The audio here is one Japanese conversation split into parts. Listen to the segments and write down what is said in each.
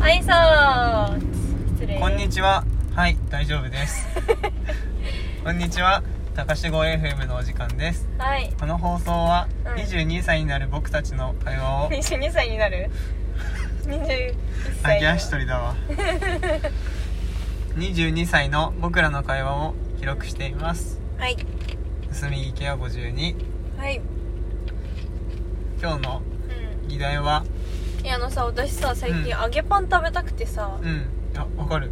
はいさ失礼こんにちは。はい、大丈夫です。こんにちは。高志号 FM のお時間です。はいこの放送はうん22歳になる僕たちの会話を、 22歳になる21あ歳ぎ足取りだわ。22歳の僕らの会話を記録しています。はい盗み聞きは52。はい今日のう議題は、んいやあのさ私さ最近うん揚げパン食べたくてさう、ん、あ、わかる。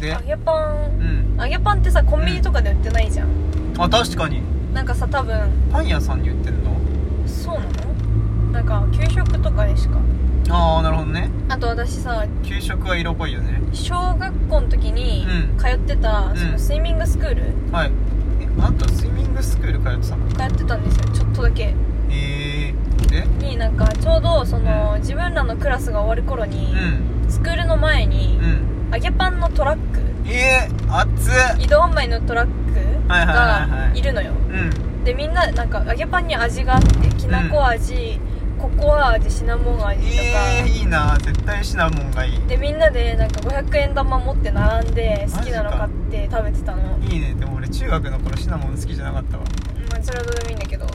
で揚、げパうンん。揚げパンってさコンビニとかで売ってないじゃんあ、確かに。なんかさ多分パン屋さんに売ってんのそうなのなんか給食とかでしかああ、なるほどね。あと私さ給食は色っぽいよね。小学校の時にうん通ってた、んそのスイミングスクールはい。え、あんたスイミングスクール通ってたの通ってたんですよちょっとだけえー、でになんかちょうどその、うん自分らのクラスが終わる頃にう、ん。スクールの前にう、ん。揚げパンのトラックえー、熱っ移動販売のトラックはいはいはいはがいいるのようん。でみんななんか揚げパンに味があってきなこ味、ココア味シナモン味とか、えー、いいな絶対シナモンがいい。でみんなでなんか500円玉持って並んでマジか好きなの買って食べてたのいいね。でも俺中学の頃シナモン好きじゃなかったわ。まあそれはどうでもいいんだけど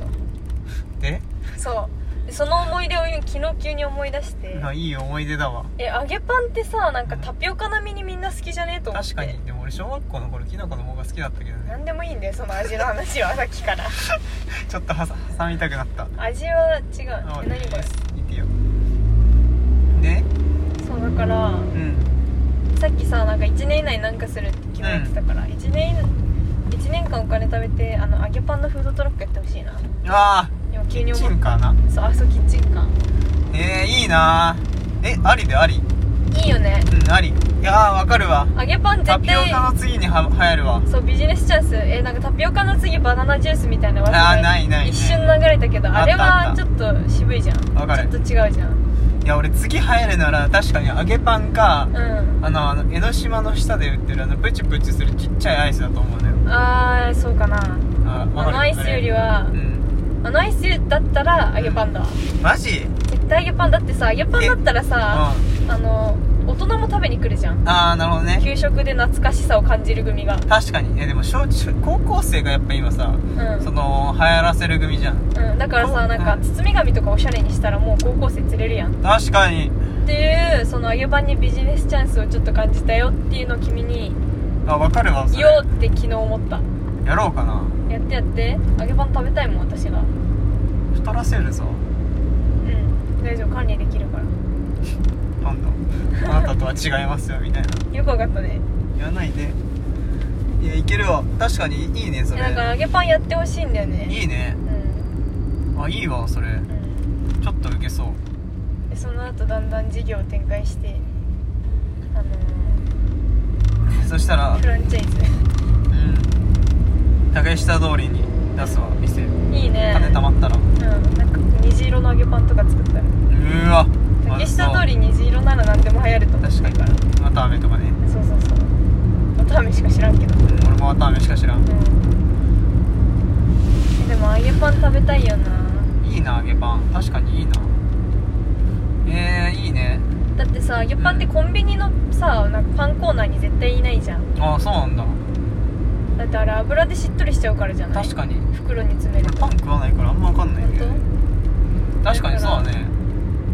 で、そうでその思い出を昨日急に思い出して、まあいい思い出だわ。え揚げパンってさなんかタピオカ並みにみんな好きじゃねえと思って確かに。でも俺小学校の頃キノコの方が好きだったけどね。何でもいいんだよその味の話 はさっきからちょっとはさ挟みたくなった。味は違うえあ何これいいってよ。で、そうだからうん。さっきさなんか1年以内なんかするって決めてたから、一1年1年間お金貯めてあの揚げパンのフードトラックやってほしいなあ今急ー、キにッチ思っンカーな。たそうあそうキッチンカえー、いいなえ、ありでありーいいよねうん、あり。いやー、わかるわ。揚げパン絶タ対ピオカの次には流行るわそうビジネスチャンスえなんかタピオカの次バナナジュースみたいな話あーないないない一瞬流れたけどああったれあはったちょっと渋いじゃんわかるちょっと違うじゃんいや俺次流行るなら確かに揚げパンかうんあのあの江ノ島の下で売ってるあのプチプチするちっちゃいアイスだと思うのよあーそうかなあわあかるのアイスよりはあれうんあのアイスだったら揚げパンだわ、マジ絶対揚げパンだってさ揚げパンだったらさあの大人も食べに来るじゃんああなるほどね給食で懐かしさを感じる組が確かにえでも小中高校生がやっぱ今さうん、その流行らせる組じゃんうん、だからうさんなんか包み紙とかおしゃれにしたらもう高校生釣れるやん確かにっていうその揚げパンにビジネスチャンスをちょっと感じたよっていうのを君にあわかるわそれ言おうって昨日思ったやろうかなやってやって揚げパン食べたいもん私が太らせるぞうん大丈夫管理できるから今度あなたとは違いますよみたいなよくわかったね言わないでいやいけるわ確かにいいねそえれなんか揚げパンやってほしいんだよねいいねうんあいいわそれうんちょっとウケそうでその後だんだん事業を展開してあのそしたらー、フランチャイうん竹下通りに出すわ店ズいいね金貯まったらううんなんか虹色の揚げパンとか作ったらーわ竹下通り虹色なら何でも流行ると思って確かるにからまた雨とかねそうそうそう綿あめしか知らんけどうん俺もまた雨しか知らんえでも揚げパン食べたいよないいな揚げパン確かにいいなえー、いいねだってさ揚げパンってコンビニのさなんかパンコーナーに絶対いないじゃんあそうなんだだってあれ油でしっとりしちゃうからじゃない確かに袋に詰める俺とパン食わないからあんま分かんないん本だよね確かにそうだね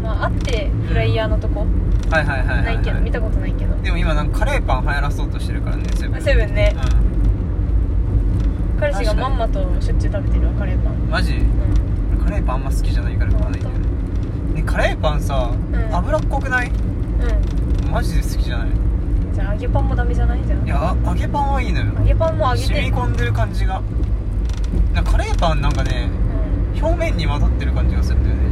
当まああってフライヤーのとこはいはいはいはい、は、ないいけど見たことないけどでも今なんかカレーパン流行らそうとしてるからねセブンあセブンね彼氏が確まかにんまとしょっちゅう食べてるわカレーパンうんマジうん俺カレーパンあんま好きじゃないから食わないんだよねねカレーパンさ、ん脂っこくないマジで好きじゃないいうんじゃあ揚げパンもダメじゃないじゃんやあ揚げパンはいいのよ揚げパンも揚げ染てみ込んでる感じがなんかカレーパンなんかねうん表面に混ざってる感じがするんだよね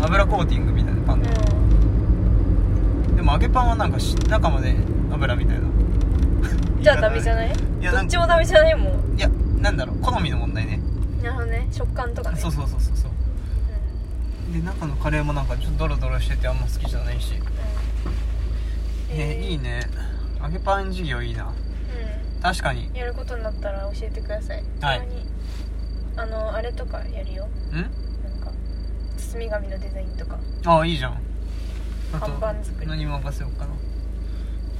うん油コーティングみたいなパンの、でも揚げパンはなんかし中まで油みたいなうん じゃあダメじゃないいやどなっんちかもダメじゃないもんいやなんだろう好みの問題ねなるほどね食感とかねそうそうそうそうそうで中のカレーもなんかちょっとドロドロしててあんま好きじゃないし、うんうんねいいね揚げパン事業いいな確かにんうんやることになったら教えてくださいはいたまにあのあれとかやるよなんか包み紙のデザインとかああいいじゃんあと看板作り何任せようかな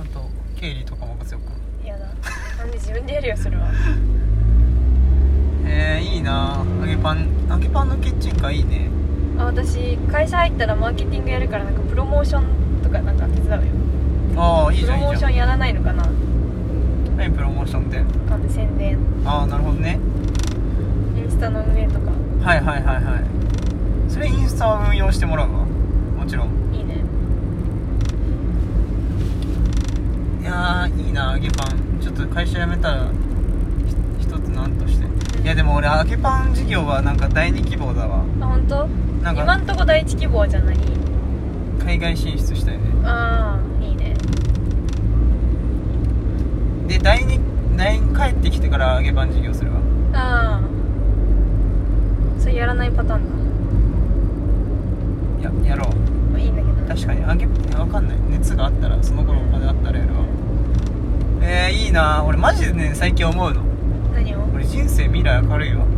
あと経理とか任せようか嫌だなんで自分でやるよそれはなえー、いいな揚げパン揚げパンのキッチンカーいいねあ私会社入ったらマーケティングやるからなんかプロモーションとかなんか手伝うよああいいプじゃロんいモいーじシゃョんンやらないのかな何プロモーションってわかんない宣伝ああなるほどねインスタの運営とかはいはいはいはいそれインスタは運用してもらうわもちろんいいねいやーいいな揚げパンちょっと会社辞めたらひ一つなんとしていやでも俺揚げパン事業はなんか第二希望だわあ本当なん今かんとこ第一希望じゃない海外進出したいねああいいねで第二第二帰ってきてから揚げパン事業するわああそれやらないパターンいややろうだ、まあ、いいんだけどね確かに揚げわかんない熱があったらその頃お金あったらやるわえー、いいな俺マジでね最近思うの何を俺人生未来明るいわこ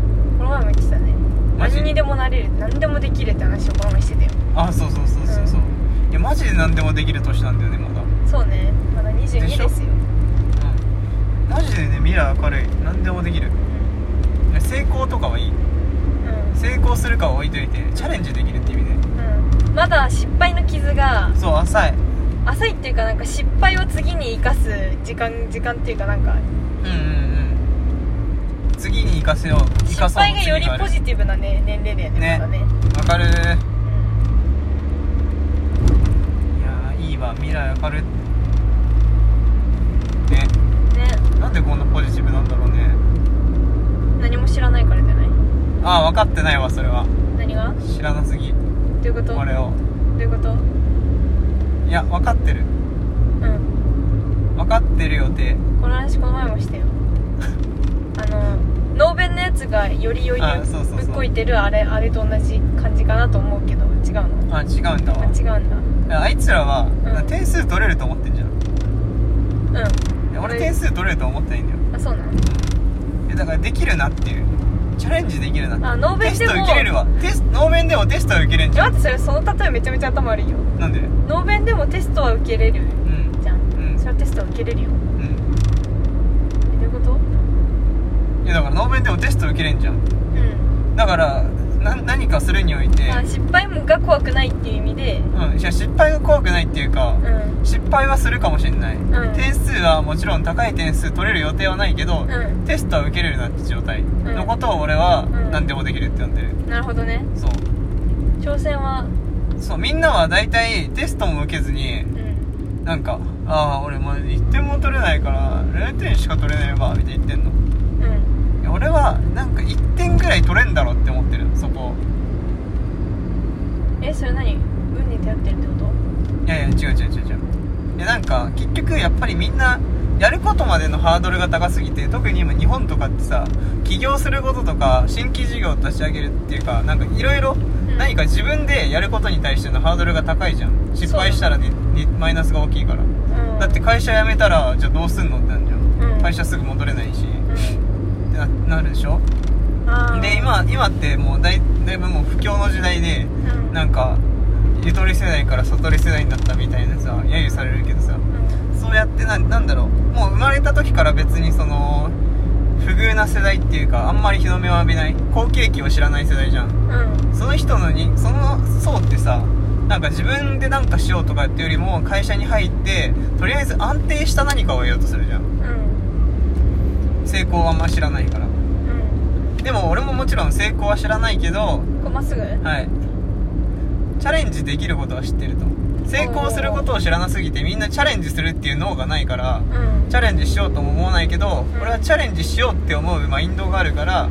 の前も言ってたねマジ何にでもなれる何でもできるって話をこの前してたよあそうそうそうそうそう、いやマジで何でもできる年なんだよねまだそうねまだ22でですしょよ、うんマジでね未来明るい何でもできるうんいや成功とかはいい成功するかは置いといてチャレンジできるって意味でうんうん、まだ失敗の傷がそう浅い浅いっていうかなんか失敗を次に生かす時間時間っていうかなんかうんうんうん次に生かせよう生失かそう敗がよりポジティブな、ね、年齢だよねねまだね、わかるいやうん、ーいいわ未来明るいねねなんでこんなポジティブなんだろうね何も知らないからじゃないああ分かってないわそれは何がど知らなすぎういうことど俺をういうこといや分かってるうん分かってる予定この話この前も してよあのノーベンのやつがよりよりあそうそうそうぶっこいてるあれあれと同じ感じかなと思うけど違うのあ違うんだわあ違うんいやあいつらは、うん点数取れると思ってんじゃんだいや俺うん点数取れると思ってないんだようんあそうなのいやだからできるなっていうチャレンジできるなってあノーベテンストでも受けれるわテスノーベンでもテストは受けれんじゃ待ってそれその例えめちゃめちゃ頭悪いよんなんでうんノーベンでもテストは受けれるうんじゃんうんそれはテストは受けれるよえどういうこといやだからノーベンでもテスト受けれんじゃんうんだからな何かするにおいて、あ失敗もが怖くないっていう意味でうん、いや失敗が怖くないっていううか、ん失敗はするかもしれない、ん点数はもちろん高い点数取れる予定はないけど、うテストは受けれるなって状態のことを俺はん何でもできるって呼んでる、んなるほどねそう挑戦はそうみんなは大体テストも受けずにうんなんか「ああ俺もう1点も取れないから0点しか取れないわ」みたいに言ってんのうんいや俺はなんか1点ぐらい取れんだろって思ってるそこえそれ何運に頼ってるってこといやいや違う違う違う違ういやなんか結局やっぱりみんなやることまでのハードルが高すぎて特に今日本とかってさ起業することとか新規事業を立ち上げるっていうかなんかいろいろん何か自分でやることに対してのハードルが高いじゃん失敗したらねねマイナスが大きいからうんだって会社辞めたらじゃあどうすんのってなるじゃん、うん会社すぐ戻れないしっうてななるでしょんあーで今今ってもうだいだいぶもう不況の時代でうんなんかゆとり世代から悟り世代になったみたいなさ揶揄されるけどさうんそうやってななんだろうもう生まれた時から別にその不遇な世代っていうかあんまり日の目を浴びない好景気を知らない世代じゃんうんその人のにその層ってさなんか自分で何かしようとかっていうよりも会社に入ってとりあえず安定した何かを得ようとするじゃんうん成功はあんま知らないからうんでも俺ももちろん成功は知らないけどこうまっすぐはいチャレンジできることは知ってると成功することを知らなすぎてみんなチャレンジするっていう脳がないからうんチャレンジしようとも思わないけどん俺はチャレンジしようって思うマインドがあるからう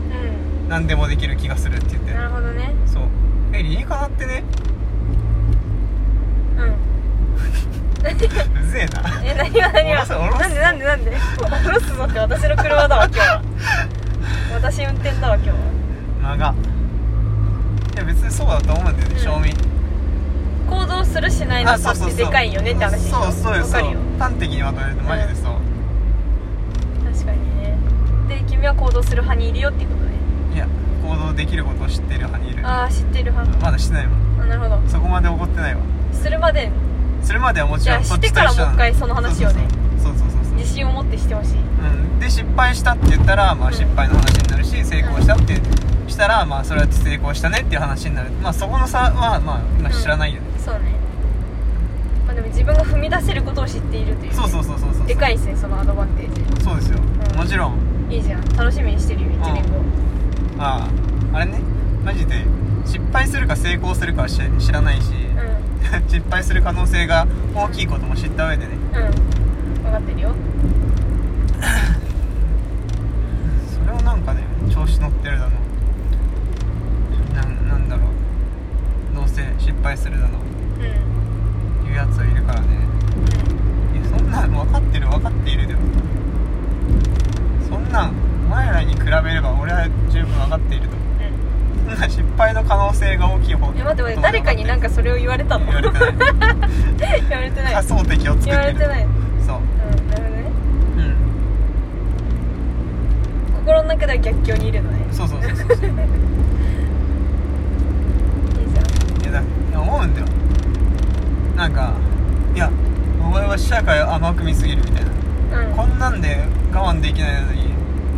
何でもできる気がするって言っんてなるほどねそうえ理にかなってねう んうぜえなえ何が何が下ろなんせでなんでなんで下ろすぞって私の車だわ今日 は私運転だわ今日は間がいや別にそうだと思うんだよね、うん賞味行動するしないの差ってでかいよねって話でしょそうそうよわかそうるよ端的にまとめるとマジでそう、確かにねで君は行動する派にいるよっていうことねいや行動できることを知ってる派にいるああ知ってる派まだしてないもんあなるほどそこまで怒ってないわするまでそれまではもちろいんやこっちと一緒してからもう一回その話をねそうそうそうそうそうそう自信を持ってしてほしいうん、で失敗したって言ったら、うまあ、ん失敗の話になるし、成功したってしたら、まあ、それは成功したねっていう話になる、まあ、そこの差は、まあ、今知らないよね、そうねまあでも自分が踏み出せることを知っているというねそうそうそうそうそうでかいですねそのアドバンテージそうですよ、んもちろんいいじゃん楽しみにしてるよ1年後あああれねマジで失敗するか成功するかは知知らないうし、ん 失敗する可能性が大きいことも知った上でねうん分かってるよそれをなんかね調子乗ってるだのなんなんだろうどうせ失敗するだのうんうんいうやつはいるからねいやそんなん分かってる分かっているでもそんなんお前らに比べれば俺は十分分かっているとそんな失敗の可能性が大きい方え待って待って誰かになんかかそれを 言われたの言われてない 言われてない仮想敵を作ってる言われてないうんそなうるほどねうん心の中では逆境にいるのねそうそうそうそういいじゃんいやだいや思うんだよなんかいやお前は社会を甘く見すぎるみたいなうんこんなんで我慢できないのに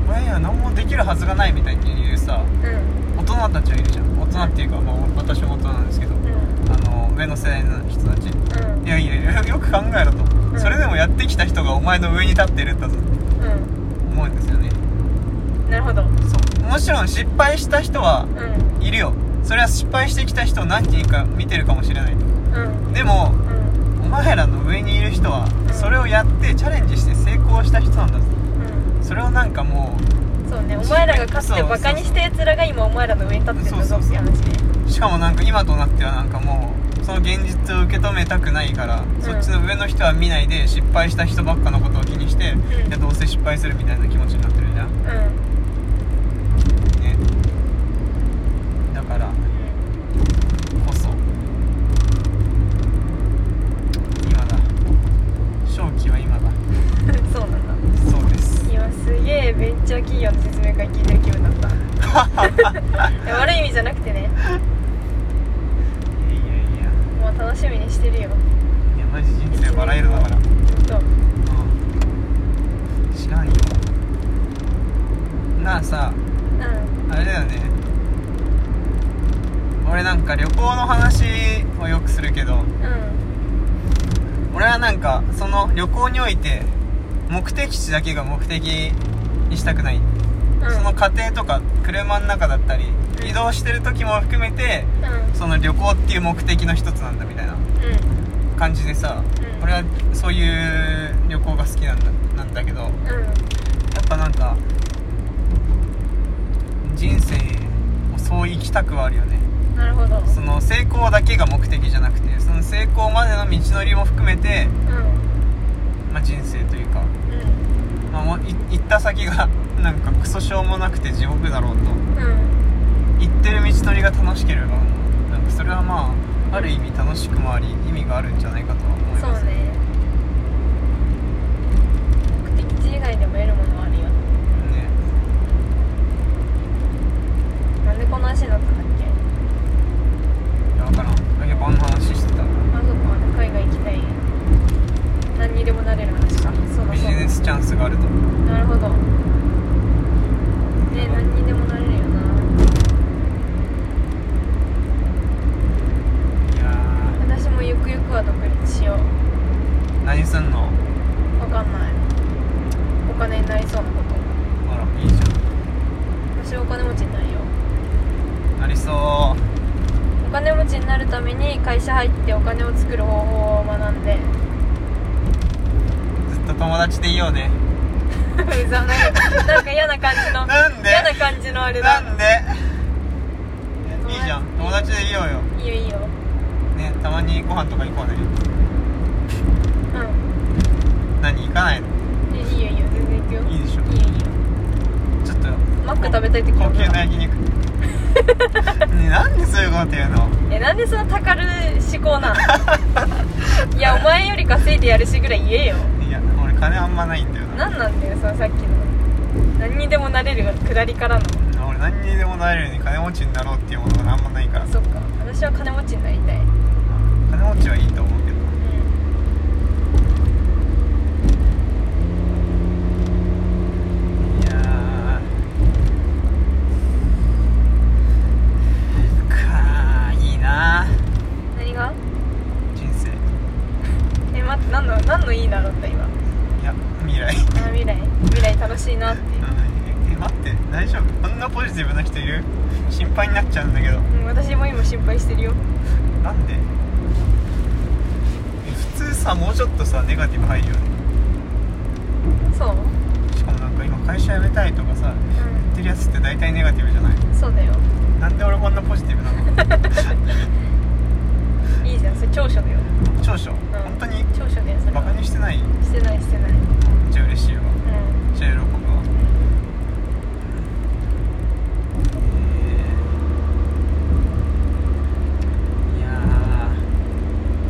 お前には何もできるはずがないみたいに言うさうん大人たちはいるじゃん大人っていうか、まあ、私も大人なんですけど、うんあの上の世代の人たちいうんやいやいやよく考えろと、んそれでもやってきた人がお前の上に立ってるんだぞって思うんですよねうんなるほどそうもちろん失敗した人はうんいるよそれは失敗してきた人を何人か見てるかもしれないとうんでもうんお前らの上にいる人はうんそれをやってチャレンジして成功した人なんだぞうんそれをなんかもそうねお前らがかつてバカにしたやつらが今お前らの上に立ってるんだぞっていう話ねうしかもなんか今となってはなんかもうその現実を受け止めたくないから、そっちの上の人は見ないで失敗した人ばっかのことを気にして、んいやどうせ失敗するみたいな気持ちになってるじゃんうんねだからこそ今だ勝機は今だうんそうなんだそうです 今すげえベンチャー企業の説明会聞いてる気分だったいや悪い意味じゃなくてねいやいやいやもう楽しみにしてるよいやマジ人生バラ色だから、本うん、知らんよなあさ当うんあれだよね俺なんか旅行の話をよくするけどうん俺はなんかその旅行において目的地だけが目的にしたくない、うんその過程とか車の中だったりうん移動してる時も含めてうんその旅行っていう目的の一つなんだみたいなう感じでさ、うん俺はそういう旅行が好きなんだなんだけどやっんうんぱなんか人生をそう生きたくはあるよねなるほどその成功だけが目的じゃなくてその成功までの道のりも含めて、うんまあ、人生というかうまあ、もうい行った先が なんかクソしょうもなくて地獄だろうとんうん行ってる道のりが楽しければなんかそれはまあある意味楽しくもあり意味があるんじゃないかとは思いそうますね目的地以外でも得るものはあるよねなんでこの話になったんだっけいや分からんあやっぱあんな話してたあそこはね海外行きたい何にでもなれる話かそうだビジそうネスチャンスがあるとだなるほどね何にでもなれるよないや私もゆくゆくは独立しようー何すんのわかんないお金になりそうなことあらいいじ私はお金持ちになるよゃんなりそお金持ちになるために会社入ってお金を作る方法を学んでうずっと友達でいようね うざなんかなんか嫌な感じのなんで嫌な感じのあれだなんでいいじゃん友達でいようよいいよいいよねたまにご飯とか行こうねう何行かないのんいいよいいよ全然行くよいいでしょいいよいいよちょっとマック食べたい時高は級な焼肉ねなんでそういうこと言うのえなんでそんなたかる思考 なんいやお前より稼いでやるしぐらい言えよいや俺金あんまないんだよな何なんだよそのさっきの何にでもなれるが下りからの俺何にでもなれるように金持ちになろうっていうものがあんまないからそっか私は金持ちになりたい金持ちはいいと思うけどうん待って何の何のいいなだった今いや未来あ未来未来楽しいなっていうえ待って大丈夫こんなポジティブな人いる心配になっちゃうんだけどうん私も今心配してるよなんでえ普通さもうちょっとさネガティブ入るよねそうしかもなんか今会社辞めたいとかさ言うってるやつって大体ネガティブじゃなんいそうだよなんで俺こんなポジティブなのいいじゃんそれ長所だよ、長所、うん、本当に長所だよそれバはカにしてないめっしてないしてないちゃ嬉しいわめうっちゃ喜ぶわんいや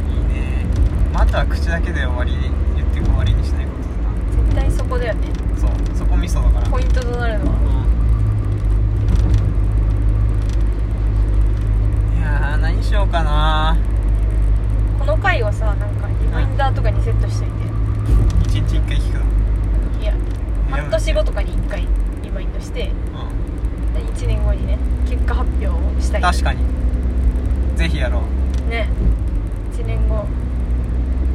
ーいいねまあ、あとは口だけで終わり言って終わりにしないこと絶だ対そこだよねなそうそこミソだからポイントとなるのはうんいやー何しようかなこの回をさなんかリマインダーとかにセットしとい一日一回聞くのていや半年後とかに1回リマインドしてう1年後にね結果発表をしたんい確かにぜひやろうね1年後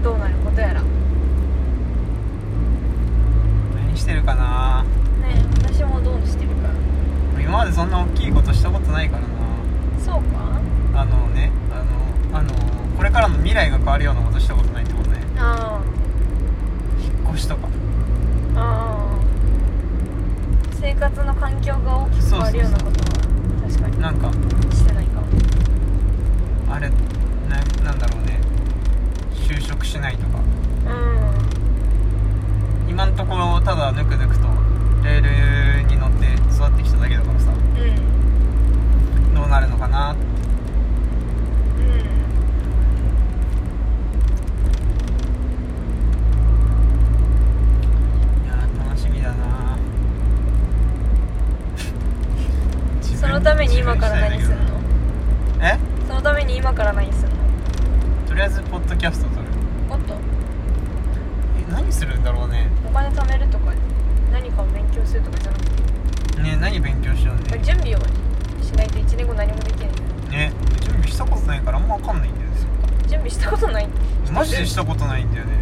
どうなることやらね何してるかな私もどうしてるか今までそんな大きいことしたことないからそうかなあのねあのあのこれからの未来が変わるようなことしたことないってことねあ引っ越しとかあああ生活の環境が大きく変わるようなことは確かなんかにしてないかもあれななんだろうね就職しないとかう今のところただぬくぬくとレールに乗って座ってきただけだからさんうんどうなるのかなうんいやー楽しみだな 自分そのために今から何すんのえそのために今から何すんのとりあえずポッドキャスト撮るおっとえ何するんだろうねお金貯めるとか何かを勉強するとかじゃなくてね何勉強しようこれね準備をしないと1年後何もできないね準備したことないからあんま分かんないんだよね準備したことないマジでしたことないんだよね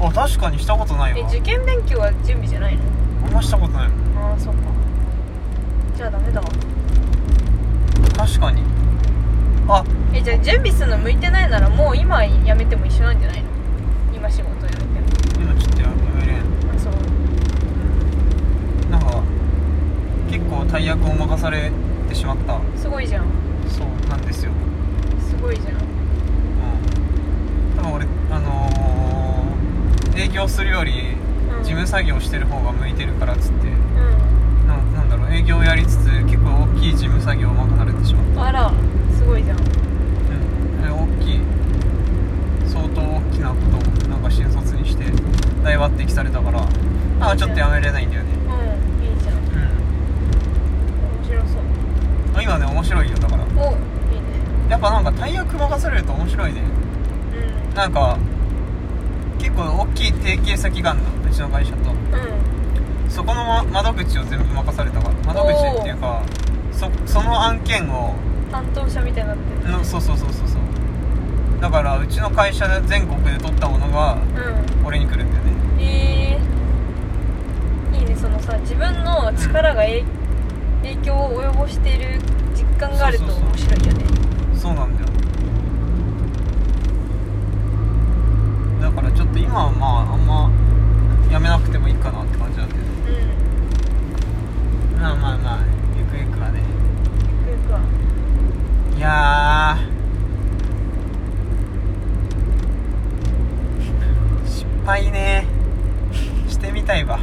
うんあ確かにしたことないえわ受験勉強は準備じゃないのあんましたことないもんああそっかじゃあダメだわ確かにあえじゃあ準備するの向いてないならもう今やめても一緒なんじゃないの今仕事やめて今ちょっとやめれんもあそうなんか結構大役を任されてしまったすごいじゃんそうなんですよ、うん、すごいじゃん多分俺あのー、営業するよりうん事務作業してる方が向いてるからっつってうななんだろう営業をやりつつ結構大きい事務作業を任されてしまった、んあらすごいじゃんうん、で大きい相当大きなことをなんか新卒にして大抜擢されたからあちょっとやめれないんだよねうんいいじゃんうん面白そうあ今ね面白いよだからおいいねやっぱなんか大役任されると面白いねうんなんか結構大きい提携先があるのうちの会社とうんそこの、ま、窓口を全部任されたから窓口っていうかそその案件を担当者みたいになってるのそうそうそうそうそうだからうちの会社で全国で取ったものが俺に来るんだよねうんえー、いいねそのさ自分の力がえい影響を及ぼしている実感があるとそうそうそう面白いよねそうなんだよだからちょっと今はまああんまやめなくてもいいかなって感じなんだけどうんまあまあまあゆくゆくはねゆくゆくはいやー失敗ねしてみたいわ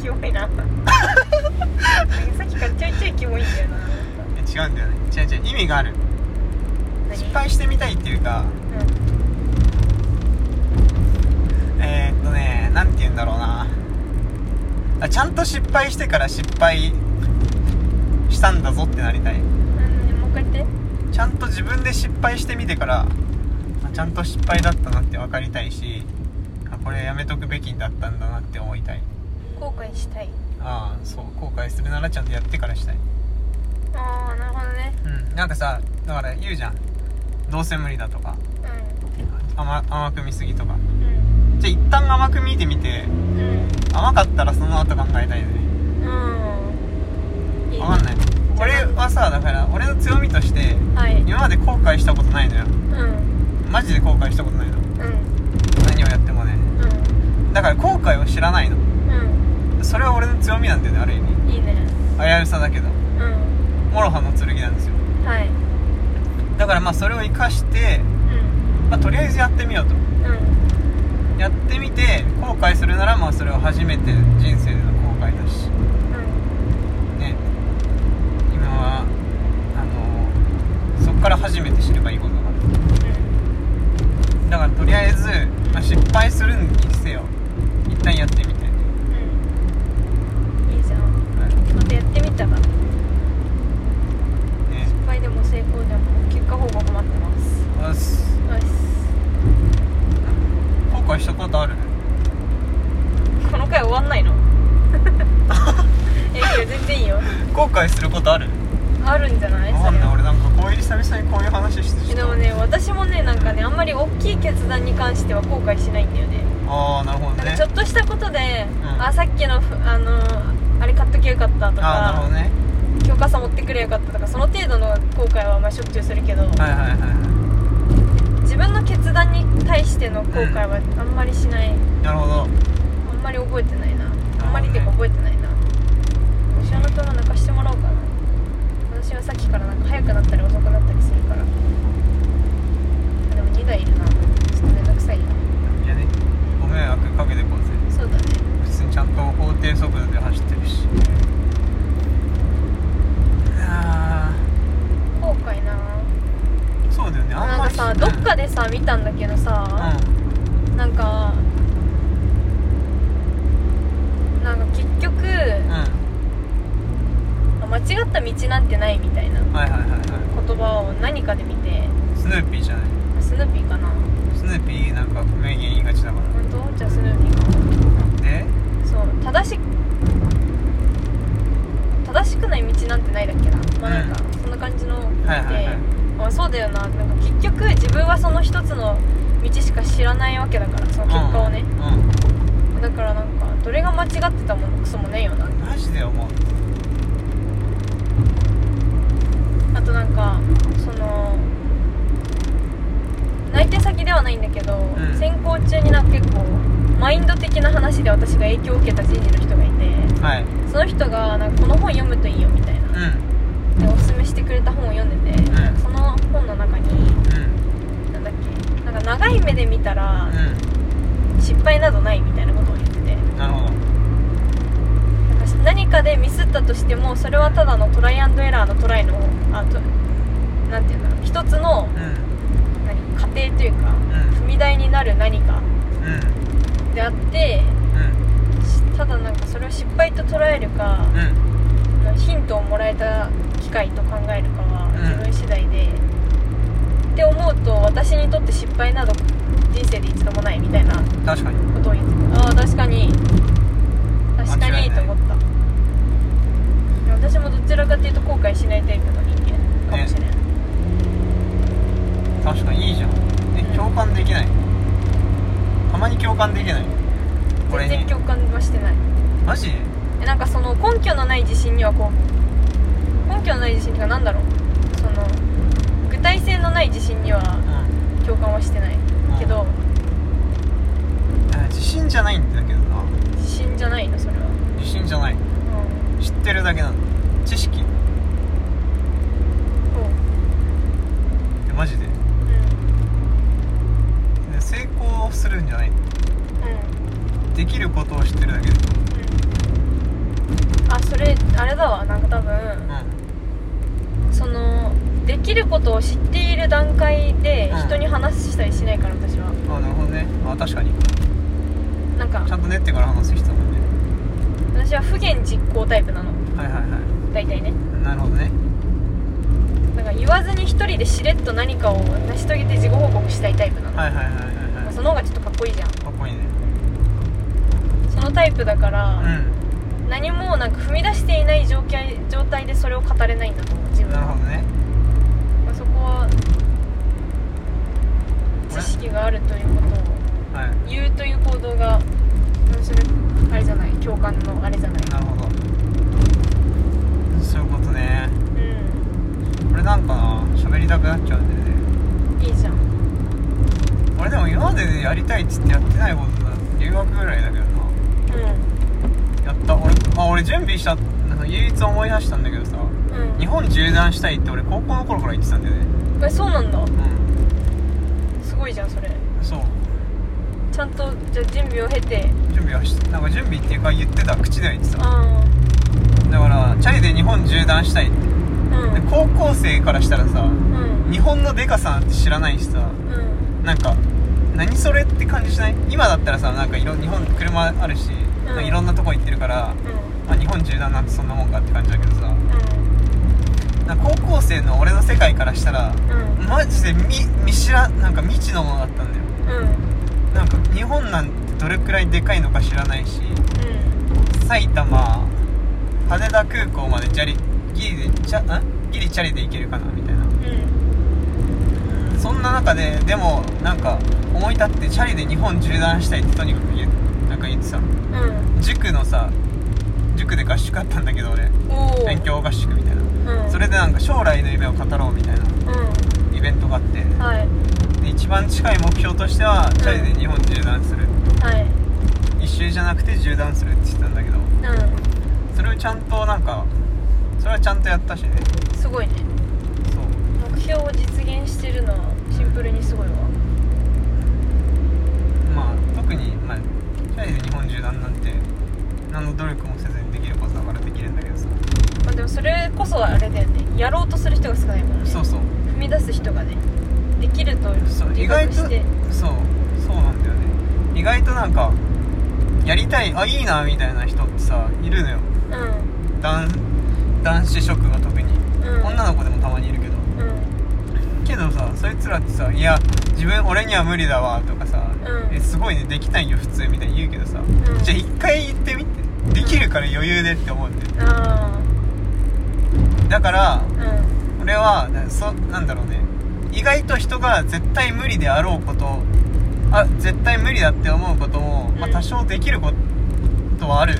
キモいななんかさっきからちょいちょいキモいんだよななんかいや違うんだよね違う違う意味がある何失敗してみたいっていううかえー、っとねなんて言うんだろうなあちゃんと失敗してから失敗したんだぞってなりたいんあのねもう一回言ってちゃんと自分で失敗してみてからあちゃんと失敗だったなって分かりたいしあこれやめとくべきだったんだなって思いたい後悔したいああそう後悔するならちゃんとやってからしたいああなるほどねうんなんかさだから言うじゃんどうせ無理だとかうん甘甘く見すぎとかうんじゃあ一旦甘く見てみてうん甘かったらその後考えたいねうんいいね分かんない俺はさだから俺の強みとしてはい今まで後悔したことないのようんマジで後悔したことないのうん何をやってもねうだから後悔を知らないのんそれは俺の強みなんだよねある意味うんいいね危うさだけどうんモロハの剣なんですよはいだからまあそれを生かして、うんまあ、とりあえずやってみようとうんやってみて後悔するならまあそれは初めて人生での後悔だしうんね今はあのそっから初めて知ればいいことだなだからとりあえず、まあ、失敗するにせよ一旦やってみて、うんいいじゃんまたやってみたらね失敗でも成功でも結果報告待ってますよしよし後悔したことあるこの回終わんない のいやいや全然いいよ後悔することあるあるんじゃないわかそんれないは俺なんかこういう久々にこういう話してえでもね私もねなんかねあんまり大きい決断に関しては後悔しないんだよねああなるほどなんかねちょっとしたことで、うんあさっきのふあのーあれ買っときゃよかったとああなるほか、どね教科書持ってくれよかったとかその程度の後悔はまあしょっちゅうするけど、はいはいはいは自分の決断に対しての後悔はあんまりしない、いなるほどあんまり覚えてないなどねあんまりっていうか覚えてないな牛山君は泣かしてもらおうかな私はさっきからなんか早くなったり遅くなったりするからあでも2台いるなちょっとめんどくさいいやねご迷惑かけてこうぜそうだね普通にちゃんと法定速度で走ってるしあ後悔なあそうだよねあんなんまかりさどっかでさ見たんだけどうんさ、なんかなんか結局うん間違った道なんてないみたいなはいはいはいは言葉を何かで見ていスヌーピーじゃないスヌーピーかなスヌーピーなんか名言言いがちだか本当じゃあスヌーピーからでそう正し正しくない道なんてないだっけなまあなんかそんな感じのを見て、はいはいはいあそうだよななんか結局自分はその一つの道しか知らないわけだからその結果をね、うんうんだからなんかどれが間違ってたものクソもねえよなマジで思うあとなんかその内定先ではないんだけど、ん選考中になんか結構マインド的な話で私が影響を受けた人事の人がいてはいその人がなんか「この本読むといいよ」みたいなう、んでおすすめしてくれた本を読んでて、んなんかその本の中にうんなんだっけなんか長い目で見たら失敗などないみたいなことを言っててうんなるほどなんか何かでミスったとしてもそれはただのトライアンドエラーのトライのあとなんていうんだろう一つのうん何過程というかうん踏み台になる何かうんであってうんしただなんかそれを失敗と捉えるか、うんヒントをもらえた機会と考えるかはうん自分次第で、って思うと私にとって失敗など人生で一度もないみたいなこ確かにとを言ってああ確かに確か間違にいないと思った私もどちらかというと後悔しないタイプの人間かもしれない、確かにいいじゃんえうん共感できないたまに共感できないこれ全に然共感はしてないマジえなんかその根拠のない自信にはこう根拠のない自信っていうかなんだろうその具体性のない自信にはうん共感はしてないけど、あ自信じゃないんだけどな自信じゃないのそれは自信じゃないうん知ってるだけなの知識そうえマジでうんで成功するんじゃないうんできることを知ってるだけでうんあそれあれだわなんか多うん分そのできることを知っている段階でうん人に話したりしないから私はあなるほどねあ確かになんかちゃんと練ってから話す人だもんね私は不言実行タイプなのはいはいは大体ねいなるほどねなんか言わずに一人でしれっと何かを成し遂げて事後報告したいタイプなの、はいはいはいはいまはあいその方がちょっとかっこいいじゃんかっこいいねそのタイプだかうら、ん何もなんか踏み出していない状態状態でそれを語れないんだと思う自分なるはほどねまあそこは俺知識があるということをはい言うという行動がなんそれあれじゃない共感のあれじゃないなるほどそういうことねうん俺なんかな喋りたくなっちゃうんだよねいいじゃん俺でも今まででやりたいっつってやってないことだ留学ぐらいだけどなうやった俺あ俺準備したなんか唯一思い出したんだけどさんうん日本縦断したいって俺高校の頃から言ってたんだよねえそうなんだうすごいじゃんそれんそうちゃんとじゃあ準備を経て準備はしなんか準備っていうか言ってた口では言ってただあからチャリで日本縦断したいってあうんで高校生からしたらさうん日本のデカさなんて知らないしさうんなんか何それって感じしない今だったらさなんかいろ日本車あるし、なんかいろんなとこ行ってるから、まあ、日本縦断なんてそんなもんかって感じだけどさなんか高校生の俺の世界からしたらうんうんマジで見見知らなんか未知のものだったんだようんなんか日本なんてどれくらいでかいのか知らないしうん埼玉羽田空港までチャリギリでチャんギリチャリで行けるかなみたいなうんそんな中ででもなんか思い立ってチャリで日本縦断したいってとにかく言うなんか言ってさうん塾のさ塾で合宿あったんだけど俺おお勉強合宿みたいなうんそれでなんか将来の夢を語ろうみたいなうイベントがあってんはいで一番近い目標としてはチャリで日本縦断するはい一周じゃなくて縦断するって言ってたんだけどうそれをちゃんとなんかそれはちゃんとやったしねんすごいねそう目標を実現してるのはシンプルにすごいわまあ特に、まあ、チャリで日本縦断なんて何の努力もせずにできることだからできるんだけどさまあでもそれこそあれだよねやろうとする人が少ないもんねそうそう踏み出す人がねできるとそう自意外覚しとそうてそうなんだよね意外となんかやりたいあいいなみたいな人ってさいるのようん男男子職が特に、うん女の子でもたまにいるけどうんけどさそいつらってさ「いや自分俺には無理だわ」とかさ、うんえすごいねできないよ普通」みたいに言うけどさ、んじゃあ一回行ってみてできるから余裕でって思うんだよあだからあうん俺はなそなんだろうね意外と人が絶対無理であろうことあ絶対無理だって思うことも、まあ、うん多少できることはある、ん、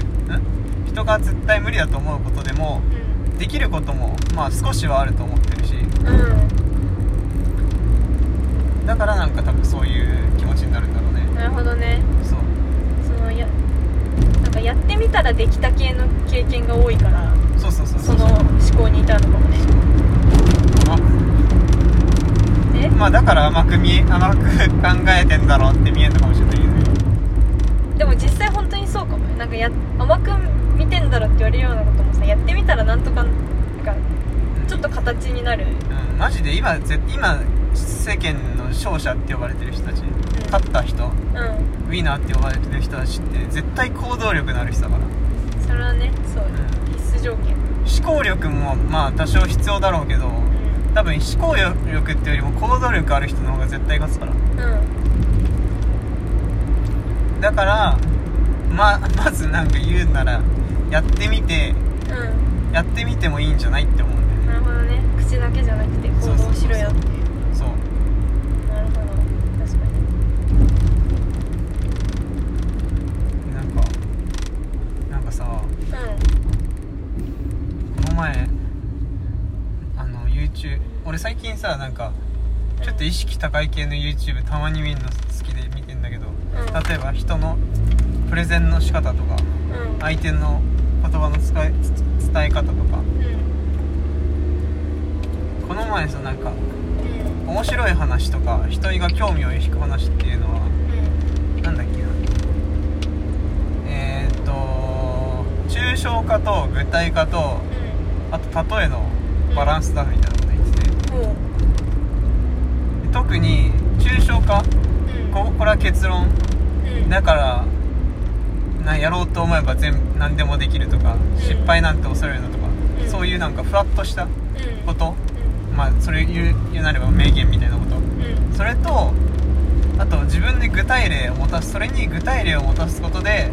人が絶対無理だと思うことでもできることもまあ少しはあると思ってるしうんうんだからなんか多分そういう気持ちになるんだろうねなるほどねそうそのやなんかやってみたらできた系の経験が多いからそうそうそうそそうの思考に至るのかもねあえまあだから甘く見え甘く 考えてんだろうって見えるのかもしれないけどねでも実際本当にそうかもねなんかや甘く見てんだろって言われるようなこともさやってみたらなんとかなんかちょっと形になるうんマジで今ぜ今世間の勝者って呼ばれてる人たち、勝った人うんウィナーって呼ばれてる人たちって絶対行動力のある人だから、それはねそうう必須条件思考力もまあ多少必要だろうけどう多分思考力っていうよりも行動力ある人の方が絶対勝つからんうんだからままずなんか言うならやってみてうやってみてもいいんじゃないって思うんんだなよるねほどね口だけじゃなくて行動しろよっていうそうなるほど確かなんかなんかさにこの前あの YouTube 俺最近さなんかちょっと意識高い系の YouTube たまに見るの好きで見てんだけど、例えば人のプレゼンの仕方とかうんうん相手の言葉の使いつ伝え方とかうんこの前さなんかうん面白い話とか人が興味を引く話っていうのはなんだっけなえー、っと抽象化と具体化とあと例えのバランスだみたいなこと言ってうて。んうん特に抽象う化んここれは結論うんだからなやろうと思えば全部何でもできるとかん失敗なんて恐れるのとか、うんそういうなんかふわっとしたうんこと、まあそれ言う言うなれば名言みたいなことうんうんそれとあと自分で具体例を持たすそれに具体例を持たすことで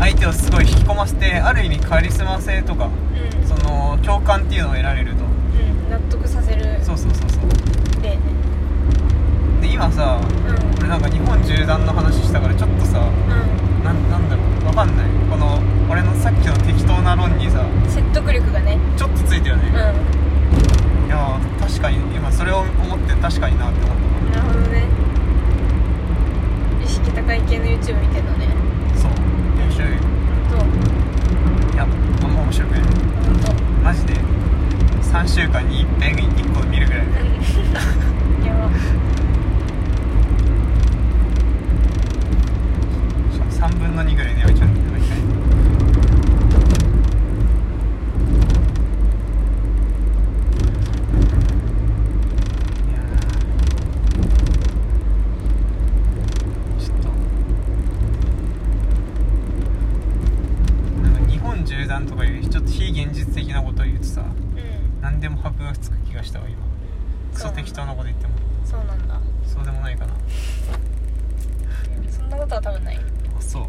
相手をすごい引き込ませてある意味カリスマ性とかうんその共感っていうのを得られるとうん納得させるそうそうそうそう例ねで今さうんなんか日本縦断の話したからちょっとさうなんなんだろうわかんないこの俺のさっきの適当な論にさん説得力がねちょっとついてるね、うんないやー確かに今それを思って確かになって思っるほどね意識高い系の YouTube 見てるのねたそう面白い本いやあんま面白くない当本マジで3週間に一遍1個見るぐらいで当やばしかも3分の2ぐらいでやめちゃうんだよ毎回いやーちょっとなんか日本縦断とかいうちょっと非現実的なことを言うとさうん何でも箔がつく気がしたわ今クソ適当なこと言ってもそうなんだそうでもないかなそんなことは多分ないあそう